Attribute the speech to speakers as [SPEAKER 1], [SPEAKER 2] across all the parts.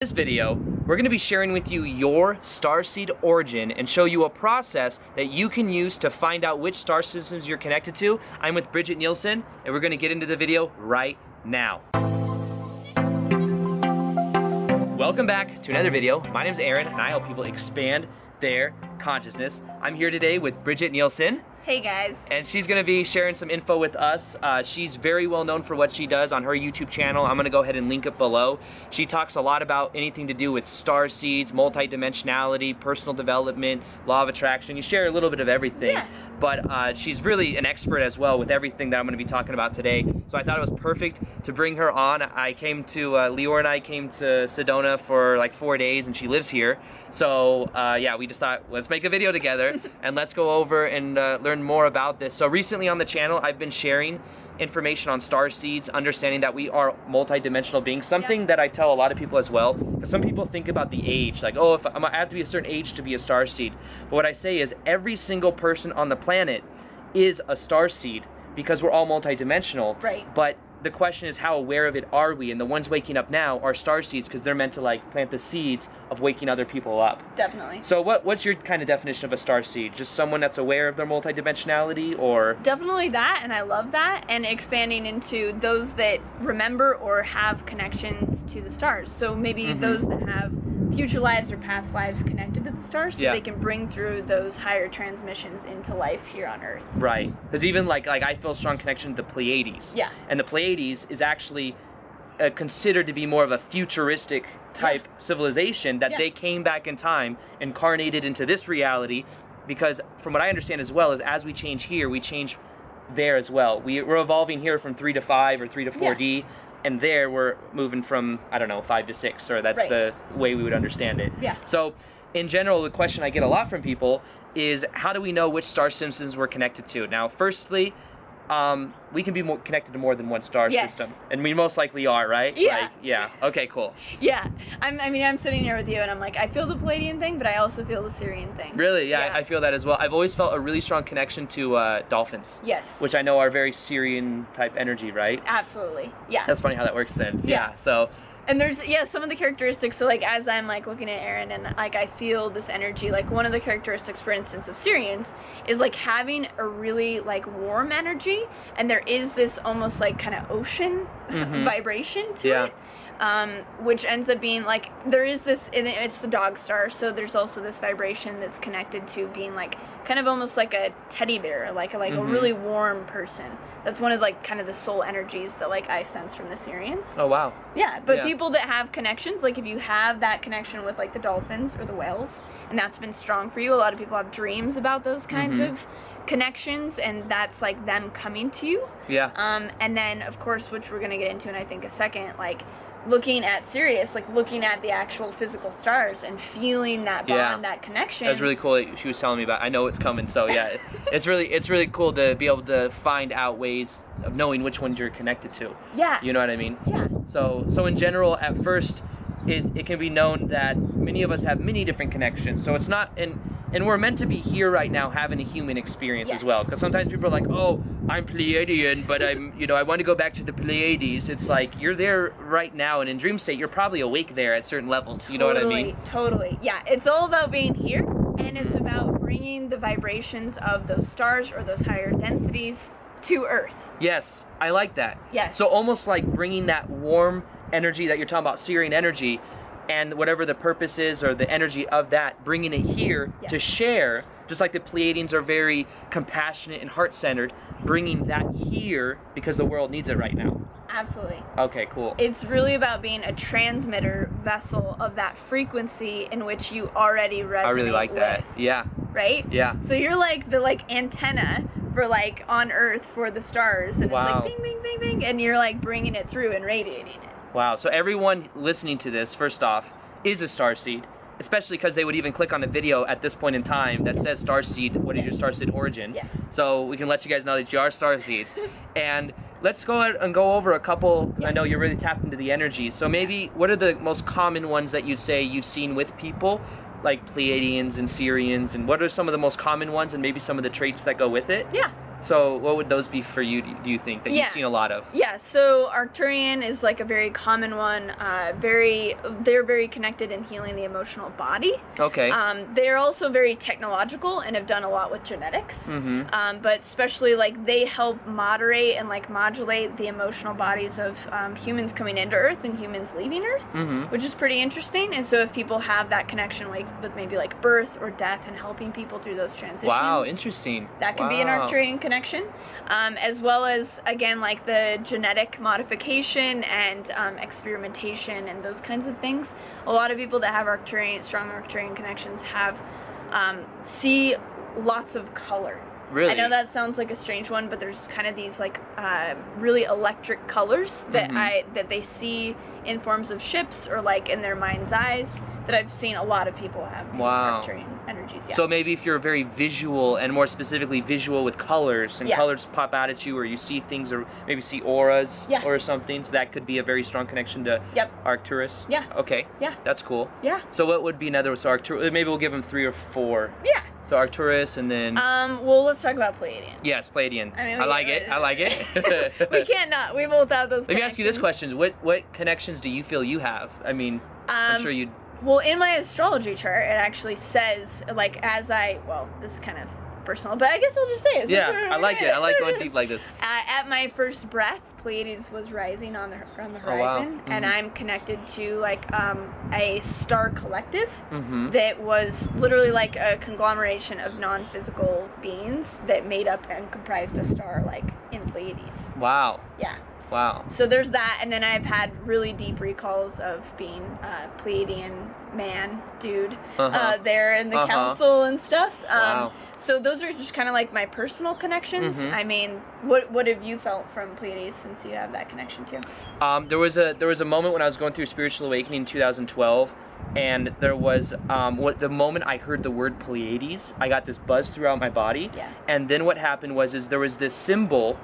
[SPEAKER 1] this video, we're going to be sharing with you your starseed origin and show you a process that you can use to find out which star systems you're connected to. I'm with Bridget Nielsen, and we're going to get into the video right now. Welcome back to another video. My name is Aaron, and I help people expand their consciousness. I'm here today with Bridget Nielsen.
[SPEAKER 2] Hey guys.
[SPEAKER 1] And she's gonna be sharing some info with us. Uh, she's very well known for what she does on her YouTube channel. I'm gonna go ahead and link it below. She talks a lot about anything to do with star seeds, multidimensionality, personal development, law of attraction. You share a little bit of everything.
[SPEAKER 2] Yeah.
[SPEAKER 1] But uh, she's really an expert as well with everything that I'm gonna be talking about today. So I thought it was perfect to bring her on. I came to, uh, Leor and I came to Sedona for like four days and she lives here. So uh, yeah, we just thought, let's make a video together and let's go over and uh, learn more about this. So recently on the channel, I've been sharing information on star seeds, understanding that we are multidimensional beings, something that I tell a lot of people as well. Because some people think about the age, like, oh, if I'm, I have to be a certain age to be a star seed. But what I say is every single person on the planet is a star seed because we're all multidimensional.
[SPEAKER 2] Right.
[SPEAKER 1] But the question is how aware of it are we? And the ones waking up now are star seeds because they're meant to like plant the seeds of waking other people up.
[SPEAKER 2] Definitely.
[SPEAKER 1] So what what's your kind of definition of a star seed? Just someone that's aware of their multidimensionality or
[SPEAKER 2] Definitely that, and I love that, and expanding into those that remember or have connections to the stars. So maybe
[SPEAKER 1] Mhm.
[SPEAKER 2] those that have future lives or past lives connected to the stars, so
[SPEAKER 1] Yeah.
[SPEAKER 2] they can bring through those higher transmissions into life here on Earth.
[SPEAKER 1] Right. Because even like like I feel a strong connection to the Pleiades.
[SPEAKER 2] Yeah.
[SPEAKER 1] And the Pleiades is actually uh, considered to be more of a futuristic type civilization that
[SPEAKER 2] Yeah.
[SPEAKER 1] they came back in time, incarnated into this reality, because from what I understand as well is as we change here, we change there as well. We, we're evolving here from three to five or three to four D. And there we're moving from I don't know five to six, or that's
[SPEAKER 2] Right.
[SPEAKER 1] the way we would understand it.
[SPEAKER 2] Yeah.
[SPEAKER 1] So, in general, the question I get a lot from people is how do we know which star systems we're connected to? Now, firstly, um, we can be more connected to more than one star
[SPEAKER 2] Yes.
[SPEAKER 1] system, and we most likely are, right?
[SPEAKER 2] Yeah.
[SPEAKER 1] Like, yeah. Okay. Cool.
[SPEAKER 2] Yeah, I'm, I mean, I'm sitting here with you, and I'm like, I feel the Palladian thing, but I also feel the Syrian thing.
[SPEAKER 1] Really? Yeah.
[SPEAKER 2] Yeah.
[SPEAKER 1] I, I feel that as well. I've always felt a really strong connection to uh, dolphins,
[SPEAKER 2] Yes.
[SPEAKER 1] which I know are very Syrian type energy, right?
[SPEAKER 2] Absolutely. Yeah.
[SPEAKER 1] That's funny how that works then.
[SPEAKER 2] Yeah.
[SPEAKER 1] So
[SPEAKER 2] And there's yeah, some of the characteristics. So like as I'm like looking at Aaron and like I feel this energy. Like one of the characteristics, for instance, of Syrians is like having a really like warm energy, and there is this almost like kind of ocean
[SPEAKER 1] Mhm.
[SPEAKER 2] vibration to
[SPEAKER 1] Yeah.
[SPEAKER 2] it. Um, which ends up being like there is this, and it- it's the dog star. So there's also this vibration that's connected to being like kind of almost like a teddy bear, like a, like
[SPEAKER 1] Mhm.
[SPEAKER 2] a really warm person. That's one of like kind of the soul energies that like I sense from the Syrians.
[SPEAKER 1] oh wow.
[SPEAKER 2] Yeah, but
[SPEAKER 1] Yeah.
[SPEAKER 2] people that have connections, like if you have that connection with like the dolphins or the whales, and that's been strong for you, a lot of people have dreams about those kinds
[SPEAKER 1] Mhm.
[SPEAKER 2] of connections, and that's like them coming to you.
[SPEAKER 1] Yeah.
[SPEAKER 2] Um, and then, of course, which we're gonna get into in I think a second, like looking at Sirius, like looking at the actual physical stars and feeling that bond,
[SPEAKER 1] Yeah.
[SPEAKER 2] that connection.
[SPEAKER 1] That's really cool. That she was telling me about. I know it's coming. So yeah, it's really it's really cool to be able to find out ways of knowing which ones you're connected to.
[SPEAKER 2] yeah,
[SPEAKER 1] You know what I mean?
[SPEAKER 2] yeah,
[SPEAKER 1] So so in general, at first, it it can be known that many of us have many different connections. So it's not and and we're meant to be here right now having a human experience as
[SPEAKER 2] Yes.
[SPEAKER 1] well. Because sometimes people are like, oh, I'm Pleiadian, but I'm you know I want to go back to the Pleiades. It's like you're there right now, and in dream state, you're probably awake there at certain levels. You know what I
[SPEAKER 2] totally,
[SPEAKER 1] mean?
[SPEAKER 2] Totally. Yeah, it's all about being here, and it's about bringing the vibrations of those stars or those higher densities to Earth.
[SPEAKER 1] Yes, I like that.
[SPEAKER 2] Yes.
[SPEAKER 1] So um, almost like bringing that warm energy that you're talking about, Syrian energy, and whatever the purpose is or the energy of that, bringing it here
[SPEAKER 2] Yeah.
[SPEAKER 1] to share. Just like the Pleiadians are very compassionate and heart-centered, bringing that here because the world needs it right now.
[SPEAKER 2] Absolutely.
[SPEAKER 1] Okay, cool.
[SPEAKER 2] It's really about being a transmitter vessel of that frequency in which you already resonate.
[SPEAKER 1] I really like that.
[SPEAKER 2] with,
[SPEAKER 1] Yeah,
[SPEAKER 2] right?
[SPEAKER 1] yeah.
[SPEAKER 2] So you're like the like antenna for like on Earth for the stars, and
[SPEAKER 1] Wow.
[SPEAKER 2] it's like bing, bing, bing, bing, and you're like bringing it through and radiating it.
[SPEAKER 1] Wow. So everyone listening to this, first off, is a starseed, especially because they would even click on a video at this point in time that says starseed. What is your starseed origin?
[SPEAKER 2] Yes.
[SPEAKER 1] So we can let you guys know that you are starseeds. and let's go ahead and go over a couple. 'cause I know you're really tapped into the energy. So maybe what are the most common ones that you'd say you've seen with people? Like Pleiadians and Syrians, and what are some of the most common ones, and maybe some of the traits that go with it?
[SPEAKER 2] Yeah.
[SPEAKER 1] So what would those be for you? Do do you think that
[SPEAKER 2] Yeah.
[SPEAKER 1] you've seen a lot of?
[SPEAKER 2] Yeah, so Arcturian is like a very common one. Uh, very, they're very connected in healing the emotional body.
[SPEAKER 1] Okay.
[SPEAKER 2] Um, they're also very technological and have done a lot with genetics.
[SPEAKER 1] mm-hmm.
[SPEAKER 2] Um, but especially like they help moderate and like modulate the emotional bodies of um, humans coming into Earth and humans leaving Earth,
[SPEAKER 1] Mhm.
[SPEAKER 2] which is pretty interesting. And so if people have that connection, like with maybe like birth or death, and helping people through those transitions,
[SPEAKER 1] Wow, interesting.
[SPEAKER 2] that could be an
[SPEAKER 1] Wow.
[SPEAKER 2] Arcturian connection, um, as well as again like the genetic modification and um, experimentation and those kinds of things. A lot of people that have Arcturian, strong Arcturian connections have um, see lots of color.
[SPEAKER 1] Really?
[SPEAKER 2] I know that sounds like a strange one, but there's kind of these like uh, really electric colors that
[SPEAKER 1] Mhm.
[SPEAKER 2] I that they see in forms of ships or like in their mind's eyes that I've seen a lot of people have. these
[SPEAKER 1] Wow.
[SPEAKER 2] Arcturian energies. Yeah.
[SPEAKER 1] So maybe if you're very visual and more specifically visual with colors and
[SPEAKER 2] Yeah.
[SPEAKER 1] colors pop out at you or you see things or maybe see auras
[SPEAKER 2] Yeah.
[SPEAKER 1] or something, so that could be a very strong connection to
[SPEAKER 2] Yep.
[SPEAKER 1] Arcturus.
[SPEAKER 2] Yeah.
[SPEAKER 1] Okay.
[SPEAKER 2] Yeah.
[SPEAKER 1] That's cool.
[SPEAKER 2] Yeah.
[SPEAKER 1] So what would be another so Arcturus maybe we'll give them 3 or 4.
[SPEAKER 2] Yeah.
[SPEAKER 1] So Arcturus and then
[SPEAKER 2] Um, well, let's talk about Pleiadians.
[SPEAKER 1] yes, Pleiadian.
[SPEAKER 2] I mean, we-
[SPEAKER 1] like it. I like it.
[SPEAKER 2] we can't not. We both have those.
[SPEAKER 1] Let me ask you this
[SPEAKER 2] connections.
[SPEAKER 1] question. What what connections do you feel you have? I mean,
[SPEAKER 2] Um,
[SPEAKER 1] I'm sure you
[SPEAKER 2] Well, in my astrology chart, it actually says like as I well, this is kind of personal, but I guess I'll just say it.
[SPEAKER 1] Yeah, I like it. I like going deep like this.
[SPEAKER 2] Uh, at my first breath, Pleiades was rising on the on the
[SPEAKER 1] Oh, wow.
[SPEAKER 2] horizon, and
[SPEAKER 1] Mhm.
[SPEAKER 2] I'm connected to like um, a star collective
[SPEAKER 1] Mhm.
[SPEAKER 2] that was literally like a conglomeration of non-physical beings that made up and comprised a star like in Pleiades.
[SPEAKER 1] Wow.
[SPEAKER 2] Yeah.
[SPEAKER 1] Wow.
[SPEAKER 2] So there's that, and then I've had really deep recalls of being a Pleiadian man, dude, uh
[SPEAKER 1] Uh-huh.
[SPEAKER 2] there in the
[SPEAKER 1] Uh-huh.
[SPEAKER 2] council and stuff. Um,
[SPEAKER 1] Wow.
[SPEAKER 2] So those are just kind of like my personal connections.
[SPEAKER 1] Mhm.
[SPEAKER 2] I mean, what what have you felt from Pleiades since you have that connection too?
[SPEAKER 1] Um, there was a there was a moment when I was going through spiritual awakening in 2012, and there was um, what the moment I heard the word Pleiades, I got this buzz throughout my body.
[SPEAKER 2] Yeah.
[SPEAKER 1] And then what happened was is there was this symbol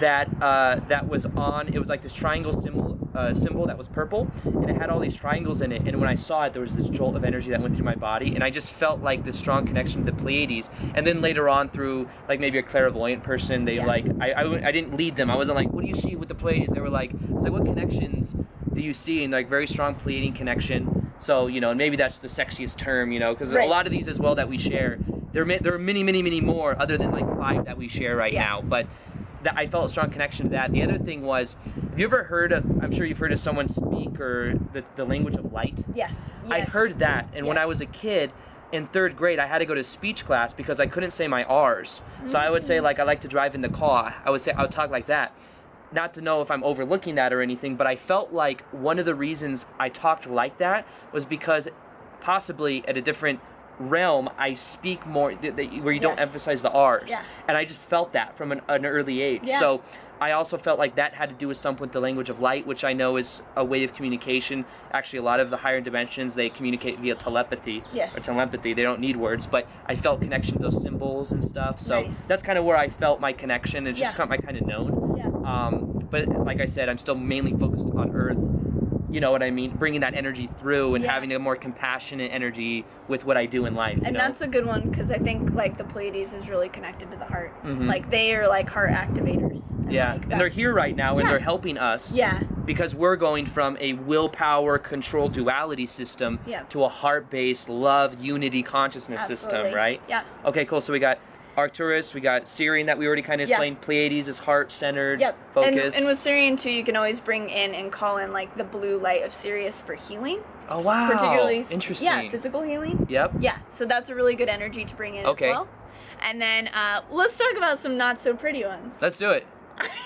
[SPEAKER 1] that uh, that was on. It was like this triangle symbol uh, symbol that was purple, and it had all these triangles in it. And when I saw it, there was this jolt of energy that went through my body, and I just felt like this strong connection to the Pleiades. And then later on, through like maybe a clairvoyant person, they
[SPEAKER 2] Yeah.
[SPEAKER 1] like I, I w- I didn't lead them. I wasn't like, what do you see with the Pleiades? They were like, I was like what connections do you see? And like very strong Pleiadian connection. So you know, and maybe that's the sexiest term, you know, because
[SPEAKER 2] Right.
[SPEAKER 1] a lot of these as well that we share. There, ma- there are many, many, many more other than like five that we share right
[SPEAKER 2] Yeah.
[SPEAKER 1] now. But that I felt a strong connection to that. The other thing was, have you ever heard of? I'm sure you've heard of someone speak or the, the language of light.
[SPEAKER 2] Yeah.
[SPEAKER 1] I
[SPEAKER 2] Yes.
[SPEAKER 1] heard that, and when I
[SPEAKER 2] Yes.
[SPEAKER 1] was a kid in third grade, I had to go to speech class because I couldn't say my R's. So I would say
[SPEAKER 2] Mm-hmm.
[SPEAKER 1] like I like to drive in the car. I would say I would talk like that. Not to know if I'm overlooking that or anything, but I felt like one of the reasons I talked like that was because possibly at a different realm I speak more th- th- where you don't
[SPEAKER 2] Yes.
[SPEAKER 1] emphasize the R's.
[SPEAKER 2] Yeah.
[SPEAKER 1] And I just felt that from an, an early age.
[SPEAKER 2] Yeah.
[SPEAKER 1] So I also felt like that had to do with something with the language of light, which I know is a way of communication. Actually, a lot of the higher dimensions they communicate via telepathy
[SPEAKER 2] Yes.
[SPEAKER 1] or telepathy. They don't need words, but I felt connection to those symbols and stuff. So
[SPEAKER 2] Nice.
[SPEAKER 1] that's kind of where I felt my connection. It's just
[SPEAKER 2] Yeah.
[SPEAKER 1] kind of, kind of known.
[SPEAKER 2] Yeah.
[SPEAKER 1] Um, but like I said, I'm still mainly focused on Earth. You know what I mean? Bringing that energy through and
[SPEAKER 2] Yeah.
[SPEAKER 1] having a more compassionate energy with what I do in life. you
[SPEAKER 2] And
[SPEAKER 1] know?
[SPEAKER 2] that's a good one because I think like the Pleiades is really connected to the heart.
[SPEAKER 1] Mhm.
[SPEAKER 2] Like they are like heart activators.
[SPEAKER 1] yeah,
[SPEAKER 2] like,
[SPEAKER 1] and they're
[SPEAKER 2] that's-
[SPEAKER 1] here right now, and
[SPEAKER 2] Yeah.
[SPEAKER 1] they're helping us.
[SPEAKER 2] Yeah.
[SPEAKER 1] because we're going from a willpower control duality system
[SPEAKER 2] Yeah.
[SPEAKER 1] to a heart-based love unity consciousness system
[SPEAKER 2] absolutely.
[SPEAKER 1] right
[SPEAKER 2] Yeah.
[SPEAKER 1] okay cool so we got arcturus we got syrian that we already kind of
[SPEAKER 2] Yeah.
[SPEAKER 1] explained pleiades is heart-centered
[SPEAKER 2] Yep. And,
[SPEAKER 1] focused
[SPEAKER 2] and with Syrian too, you can always bring in and call in like the blue light of Sirius for healing.
[SPEAKER 1] oh wow
[SPEAKER 2] Particularly
[SPEAKER 1] interesting
[SPEAKER 2] Yeah, physical healing.
[SPEAKER 1] yep
[SPEAKER 2] Yeah. So that's a really good energy to bring in
[SPEAKER 1] Okay.
[SPEAKER 2] as well. And then uh, let's talk about some not so pretty ones.
[SPEAKER 1] let's do it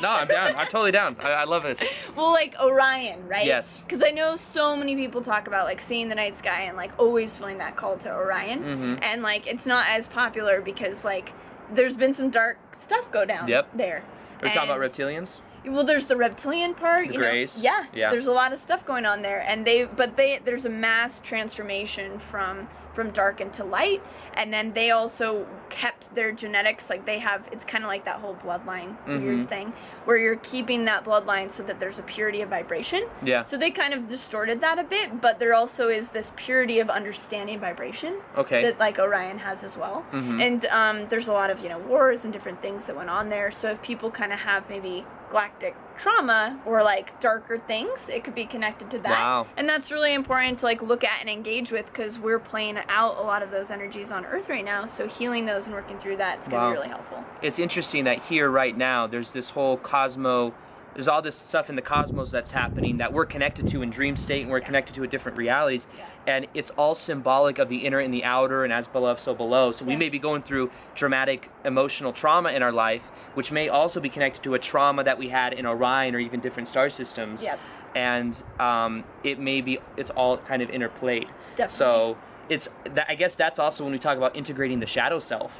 [SPEAKER 1] no i'm down i'm totally down i, I love this
[SPEAKER 2] well, like Orion, right?
[SPEAKER 1] Yes.
[SPEAKER 2] Because I know so many people talk about like seeing the night sky and like always feeling that call to Orion,
[SPEAKER 1] Mhm.
[SPEAKER 2] and like it's not as popular because like there's been some dark stuff go down
[SPEAKER 1] Yep.
[SPEAKER 2] there.
[SPEAKER 1] are we talking about
[SPEAKER 2] And-
[SPEAKER 1] reptilians
[SPEAKER 2] Well, there's the reptilian part.
[SPEAKER 1] The
[SPEAKER 2] you
[SPEAKER 1] Greys?
[SPEAKER 2] Know? Yeah.
[SPEAKER 1] Yeah.
[SPEAKER 2] There's a lot of stuff going on there, and they, but they, there's a mass transformation from from dark into light and then they also kept their genetics like they have it's kind of like that whole bloodline
[SPEAKER 1] Mhm.
[SPEAKER 2] weird thing where you're keeping that bloodline so that there's a purity of vibration
[SPEAKER 1] Yeah.
[SPEAKER 2] so they kind of distorted that a bit but there also is this purity of understanding vibration
[SPEAKER 1] Okay.
[SPEAKER 2] that like Orion has as well.
[SPEAKER 1] Mhm.
[SPEAKER 2] And um, there's a lot of you know wars and different things that went on there. So if people kind of have maybe galactic trauma or like darker things, it could be connected to that.
[SPEAKER 1] Wow.
[SPEAKER 2] And that's really important to like look at and engage with because we're playing out a lot of those energies on Earth right now. So healing those and working through that is gonna
[SPEAKER 1] Wow.
[SPEAKER 2] be really helpful.
[SPEAKER 1] it's interesting that here right now there's this whole cosmo there's all this stuff in the cosmos that's happening that we're connected to in dream state and we're connected to in different realities and it's all symbolic of the inner and the outer and as above so below so we
[SPEAKER 2] Yeah.
[SPEAKER 1] may be going through dramatic emotional trauma in our life which may also be connected to a trauma that we had in orion or even different star systems
[SPEAKER 2] Yep.
[SPEAKER 1] and um, it may be it's all kind of interplayed
[SPEAKER 2] Definitely.
[SPEAKER 1] so it's that, I guess that's also when we talk about integrating the shadow self.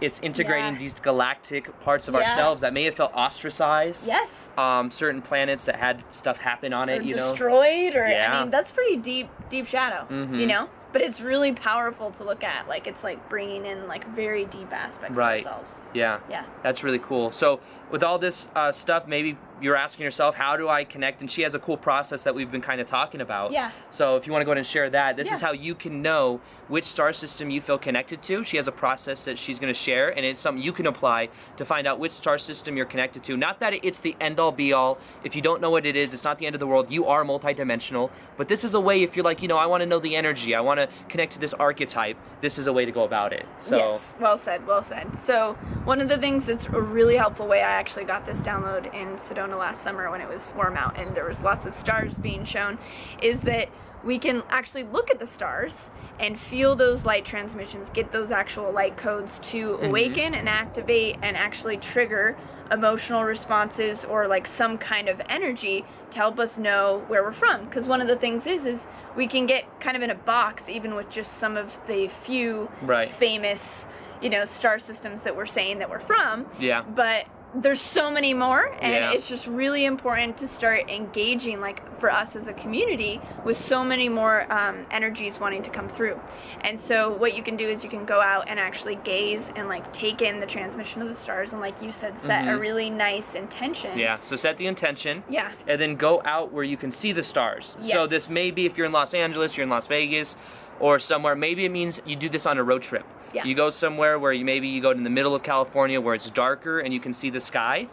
[SPEAKER 1] It's integrating
[SPEAKER 2] Yeah.
[SPEAKER 1] these galactic parts of
[SPEAKER 2] Yeah.
[SPEAKER 1] ourselves that may have felt ostracized.
[SPEAKER 2] Yes.
[SPEAKER 1] Um, certain planets that had stuff happen on it,
[SPEAKER 2] or
[SPEAKER 1] you know.
[SPEAKER 2] destroyed or
[SPEAKER 1] Yeah.
[SPEAKER 2] I mean that's pretty deep deep shadow
[SPEAKER 1] Mhm.
[SPEAKER 2] you know but it's really powerful to look at like it's like bringing in like very deep aspects
[SPEAKER 1] Right.
[SPEAKER 2] of ourselves
[SPEAKER 1] yeah,
[SPEAKER 2] yeah
[SPEAKER 1] that's really cool. So with all this uh, stuff, maybe you're asking yourself, how do I connect? And she has a cool process that we've been kind of talking about.
[SPEAKER 2] yeah
[SPEAKER 1] So if you want to go ahead and share that, this is
[SPEAKER 2] Yeah.
[SPEAKER 1] how you can know which star system you feel connected to. She has a process that she's going to share, and it's something you can apply to find out which star system you're connected to. Not that it's the end all be all. If you don't know what it is, it's not the end of the world. You are multidimensional, but this is a way. If you're like, you know, I want to know the energy, I want to connect to this archetype. This is a way to go about it. So
[SPEAKER 2] yes well said well said so one of the things that's a really helpful way i actually got this download in sedona last summer when it was warm out and there was lots of stars being shown is that we can actually look at the stars and feel those light transmissions get those actual light codes to
[SPEAKER 1] Mm-hmm.
[SPEAKER 2] awaken and activate and actually trigger emotional responses or like some kind of energy to help us know where we're from because one of the things is is we can get kind of in a box even with just some of the few
[SPEAKER 1] Right.
[SPEAKER 2] famous, you know, star systems that we're saying that we're from.
[SPEAKER 1] Yeah.
[SPEAKER 2] But there's so many more, and
[SPEAKER 1] Yeah.
[SPEAKER 2] it's just really important to start engaging, like for us as a community, with so many more um, energies wanting to come through. And so, what you can do is you can go out and actually gaze and like take in the transmission of the stars, and like you said, set a
[SPEAKER 1] Mhm.
[SPEAKER 2] really nice intention.
[SPEAKER 1] yeah. So set the intention.
[SPEAKER 2] Yeah.
[SPEAKER 1] and then go out where you can see the stars. So
[SPEAKER 2] Yes.
[SPEAKER 1] this may be if you're in Los Angeles, you're in Las Vegas, or somewhere. Maybe it means you do this on a road trip.
[SPEAKER 2] Yeah.
[SPEAKER 1] You go somewhere where you maybe you go in the middle of California where it's darker and you can see the sky,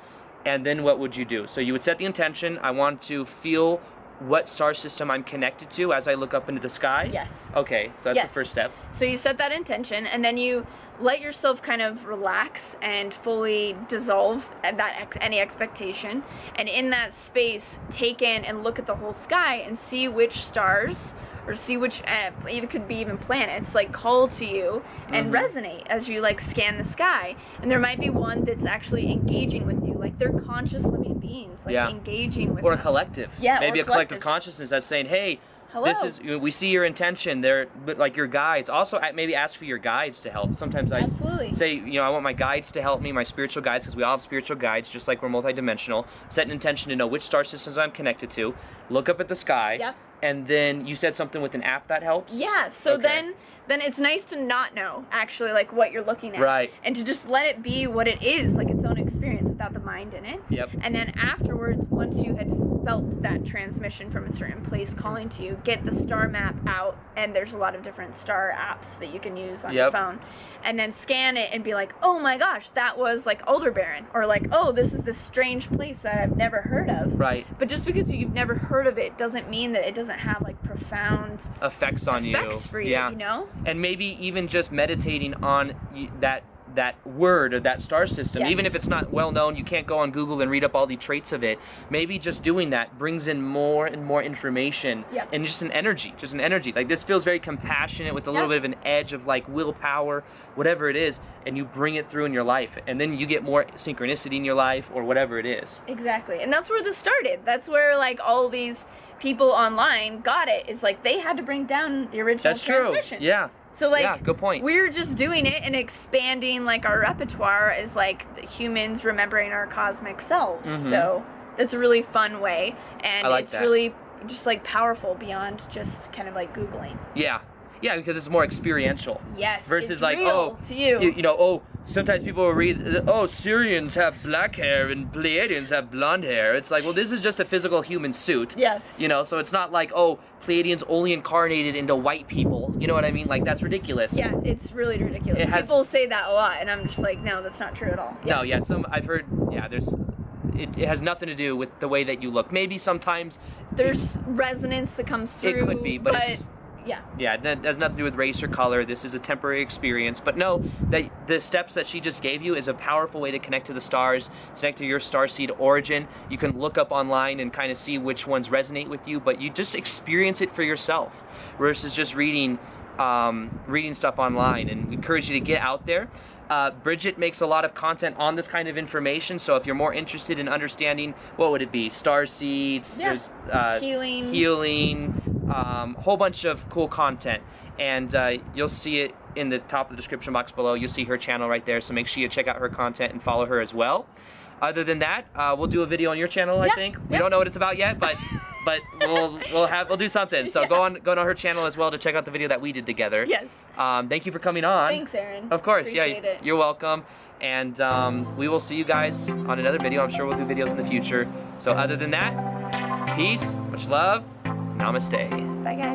[SPEAKER 1] and then what would you do? So you would set the intention. I want to feel what star system I'm connected to as I look up into the sky.
[SPEAKER 2] Yes.
[SPEAKER 1] Okay, so that's the
[SPEAKER 2] Yes.
[SPEAKER 1] first step.
[SPEAKER 2] So you set that intention, and then you let yourself kind of relax and fully dissolve that ex- any expectation. And in that space, take in and look at the whole sky and see which stars or see which uh, it could be even planets like call to you and
[SPEAKER 1] Mm-hmm.
[SPEAKER 2] resonate as you like scan the sky. And there might be one that's actually engaging with you, like they're conscious living beings, like
[SPEAKER 1] Yeah.
[SPEAKER 2] engaging with
[SPEAKER 1] Or a
[SPEAKER 2] us.
[SPEAKER 1] collective.
[SPEAKER 2] Yeah,
[SPEAKER 1] Maybe
[SPEAKER 2] or
[SPEAKER 1] a collective
[SPEAKER 2] collectives.
[SPEAKER 1] consciousness that's saying, hey, this
[SPEAKER 2] Hello.
[SPEAKER 1] is you know, we see your intention there but like your guides also I- maybe ask for your guides to help sometimes i
[SPEAKER 2] Absolutely.
[SPEAKER 1] say you know i want my guides to help me my spiritual guides because we all have spiritual guides just like we're multidimensional set an intention to know which star systems i'm connected to look up at the sky
[SPEAKER 2] Yep.
[SPEAKER 1] and then you said something with an app that helps
[SPEAKER 2] Yeah. So
[SPEAKER 1] Okay.
[SPEAKER 2] then then it's nice to not know actually like what you're looking at.
[SPEAKER 1] Right.
[SPEAKER 2] And to just let it be what it is, like its own experience without the mind in it.
[SPEAKER 1] Yep.
[SPEAKER 2] And then afterwards, once you had felt that transmission from a certain place calling to you, get the star map out and there's a lot of different star apps that you can use on
[SPEAKER 1] Yep.
[SPEAKER 2] your phone. And then scan it and be like, "Oh my gosh, that was like Alderbaran," or like, "Oh, this is this strange place that I've never heard of."
[SPEAKER 1] right
[SPEAKER 2] But just because you've never heard of it doesn't mean that it doesn't have like profound
[SPEAKER 1] effects on
[SPEAKER 2] effects
[SPEAKER 1] you
[SPEAKER 2] for you,
[SPEAKER 1] yeah
[SPEAKER 2] you know?
[SPEAKER 1] and maybe even just meditating on y- that that word or that star system
[SPEAKER 2] Yes.
[SPEAKER 1] even if it's not well known you can't go on google and read up all the traits of it maybe just doing that brings in more and more information
[SPEAKER 2] Yep.
[SPEAKER 1] and just an energy just an energy like this feels very compassionate with a little
[SPEAKER 2] Yeah.
[SPEAKER 1] bit of an edge of like willpower whatever it is and you bring it through in your life and then you get more synchronicity in your life or whatever it is
[SPEAKER 2] Exactly. And that's where this started. That's where like all these people online got it. Is like they had to bring down the original
[SPEAKER 1] that's true
[SPEAKER 2] transmission.
[SPEAKER 1] yeah
[SPEAKER 2] So like
[SPEAKER 1] yeah good point
[SPEAKER 2] we're just doing it and expanding like our repertoire is like the humans remembering our cosmic selves.
[SPEAKER 1] Mhm.
[SPEAKER 2] So that's a really fun way and
[SPEAKER 1] I like
[SPEAKER 2] it's
[SPEAKER 1] that.
[SPEAKER 2] really just like powerful beyond just kind of like googling.
[SPEAKER 1] Yeah. Yeah, because it's more experiential.
[SPEAKER 2] Yes.
[SPEAKER 1] Versus
[SPEAKER 2] it's
[SPEAKER 1] like
[SPEAKER 2] real
[SPEAKER 1] oh,
[SPEAKER 2] to you.
[SPEAKER 1] you, know oh. Sometimes people will read, oh, Syrians have black hair and Pleiadians have blonde hair. It's like, well, this is just a physical human suit.
[SPEAKER 2] Yes.
[SPEAKER 1] You know, so it's not like, oh, Pleiadians only incarnated into white people. You know what I mean? Like, that's ridiculous.
[SPEAKER 2] yeah, it's really ridiculous.
[SPEAKER 1] It has-
[SPEAKER 2] People say that a lot, and I'm just like, no, that's not true at all.
[SPEAKER 1] No, yeah, some I've heard. Yeah, there's. It, it has nothing to do with the way that you look. Maybe sometimes.
[SPEAKER 2] There's resonance that comes through.
[SPEAKER 1] could be, but it's-
[SPEAKER 2] yeah,
[SPEAKER 1] Yeah, it that has nothing to do with race or color. This is a temporary experience. But no, that the steps that she just gave you is a powerful way to connect to the stars, connect to your starseed origin. You can look up online and kind of see which ones resonate with you, but you just experience it for yourself versus just reading um, reading stuff online and we encourage you to get out there. Uh, Bridget makes a lot of content on this kind of information, so if you're more interested in understanding, what would it be? Star seeds,
[SPEAKER 2] Yeah.
[SPEAKER 1] there's uh,
[SPEAKER 2] Healing.
[SPEAKER 1] healing, um, whole bunch of cool content, and uh, you'll see it in the top of the description box below. You'll see her channel right there, so make sure you check out her content and follow her as well. Other than that, uh, we'll do a video on your channel. I
[SPEAKER 2] Yeah,
[SPEAKER 1] think we
[SPEAKER 2] yeah.
[SPEAKER 1] don't know what it's about yet, but but we'll we'll have we'll do something. So go on go on her channel as well to check out the video that we did together.
[SPEAKER 2] yes.
[SPEAKER 1] Um, thank you for coming on.
[SPEAKER 2] Thanks, Aaron.
[SPEAKER 1] Of course,
[SPEAKER 2] Appreciate
[SPEAKER 1] yeah,
[SPEAKER 2] it.
[SPEAKER 1] you're welcome. And um, we will see you guys on another video. I'm sure we'll do videos in the future. So, other than that, peace, much love, namaste.
[SPEAKER 2] Bye, guys.